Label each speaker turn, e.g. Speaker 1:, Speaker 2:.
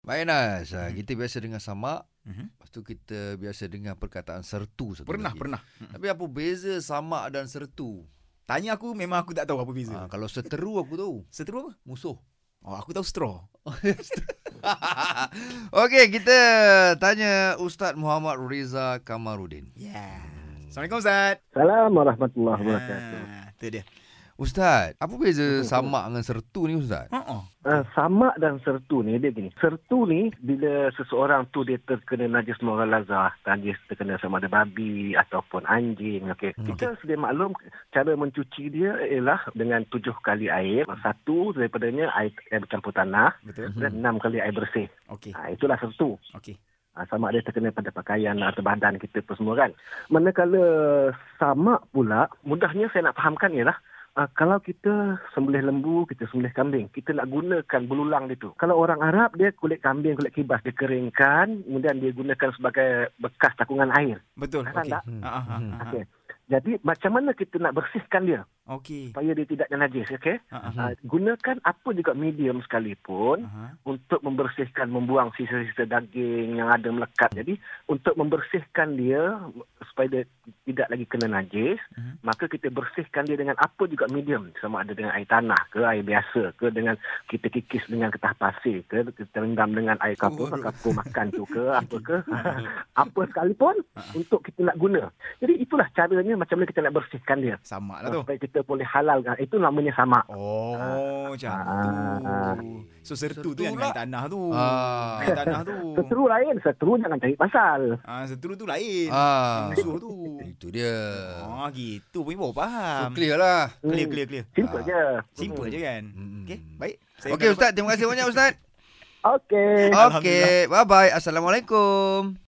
Speaker 1: Baik Nas, hmm. kita biasa dengar sama,
Speaker 2: Mhm.
Speaker 1: lepas tu kita biasa dengar perkataan sertu satu
Speaker 2: Pernah,
Speaker 1: lagi.
Speaker 2: pernah.
Speaker 3: Hmm.
Speaker 1: Tapi apa beza sama dan sertu?
Speaker 2: Tanya aku memang aku tak tahu apa beza.
Speaker 1: Ha,
Speaker 3: Ah.
Speaker 1: kalau seteru aku tahu,
Speaker 2: Seteru apa?
Speaker 1: musuh.
Speaker 2: Oh, aku tahu straw.
Speaker 1: Okey, kita tanya Ustaz Muhammad Riza Kamarudin.
Speaker 2: Yeah.
Speaker 3: Hmm.
Speaker 2: Assalamualaikum Ustaz.
Speaker 3: Salam warahmatullahi wabarakatuh.
Speaker 2: Ah, tu dia.
Speaker 1: Ustaz, apa beza sama dengan sertu ni Ustaz?
Speaker 2: Oh, oh.
Speaker 3: Uh, sama dan sertu ni dia gini. Sertu ni bila seseorang tu dia terkena najis mughallazah, najis terkena sama ada babi ataupun anjing, okey.
Speaker 1: Hmm.
Speaker 3: Kita sedia maklum cara mencuci dia ialah dengan tujuh kali air, satu daripadanya air, air bercampur tanah
Speaker 2: Betul.
Speaker 3: dan enam kali air bersih.
Speaker 2: Okey.
Speaker 3: Ha, itulah sertu.
Speaker 2: Okey.
Speaker 3: Ha, sama ada terkena pada pakaian atau badan kita pun semua kan. Manakala sama pula, mudahnya saya nak fahamkan ialah Uh, kalau kita sembelih lembu, kita sembelih kambing, kita nak gunakan belulang dia tu. Kalau orang Arab, dia kulit kambing, kulit kibas, dia keringkan, kemudian dia gunakan sebagai bekas takungan air.
Speaker 2: Betul.
Speaker 3: Faham
Speaker 2: Okey.
Speaker 3: tak?
Speaker 1: Hmm.
Speaker 2: Ah, ah, ah,
Speaker 1: Hmm.
Speaker 2: ah, ah.
Speaker 3: Okey. Jadi, macam mana kita nak bersihkan dia
Speaker 2: Okey.
Speaker 3: supaya dia tidak najis, okey?
Speaker 2: Ah,
Speaker 1: Hmm.
Speaker 2: ah.
Speaker 3: Uh, gunakan apa juga medium sekalipun
Speaker 2: Ah,
Speaker 3: untuk membersihkan membuang sisa-sisa daging yang ada melekat. Jadi untuk membersihkan dia supaya dia tidak lagi kena najis,
Speaker 2: Mhm.
Speaker 3: maka kita bersihkan dia dengan apa juga medium sama ada dengan air tanah ke air biasa ke dengan kita kikis dengan kertas pasir ke kita rendam dengan air kapur,
Speaker 2: Waduh. Mhm.
Speaker 3: kapur makan tu ke apa ke apa sekalipun
Speaker 2: Ah.
Speaker 3: untuk kita nak guna. Jadi itulah caranya macam mana kita nak bersihkan dia
Speaker 2: Sama lah tu.
Speaker 3: supaya kita boleh halalkan. Itu namanya sama.
Speaker 2: Oh, macam
Speaker 3: Ah,
Speaker 2: tu. So sertu tu yang
Speaker 1: Sertu
Speaker 2: dengan tanah tu.
Speaker 1: Ah.
Speaker 2: Dengan tanah tu.
Speaker 3: Seteru lain, seteru jangan cari pasal.
Speaker 2: Ah, seteru tu lain.
Speaker 1: Ah,
Speaker 2: Musuh tu.
Speaker 1: itu dia.
Speaker 2: Ah, gitu pun ibu
Speaker 1: So
Speaker 2: faham.
Speaker 1: clear lah.
Speaker 3: Hmm.
Speaker 2: Clear, clear, clear.
Speaker 3: Simple
Speaker 1: Ah.
Speaker 3: je.
Speaker 2: Simple je kan.
Speaker 1: Hmm.
Speaker 2: Okey, baik. Saya
Speaker 1: Okey
Speaker 2: dapat-
Speaker 1: Ustaz, terima kasih banyak Ustaz.
Speaker 3: Okay.
Speaker 1: Okey, bye-bye. Assalamualaikum.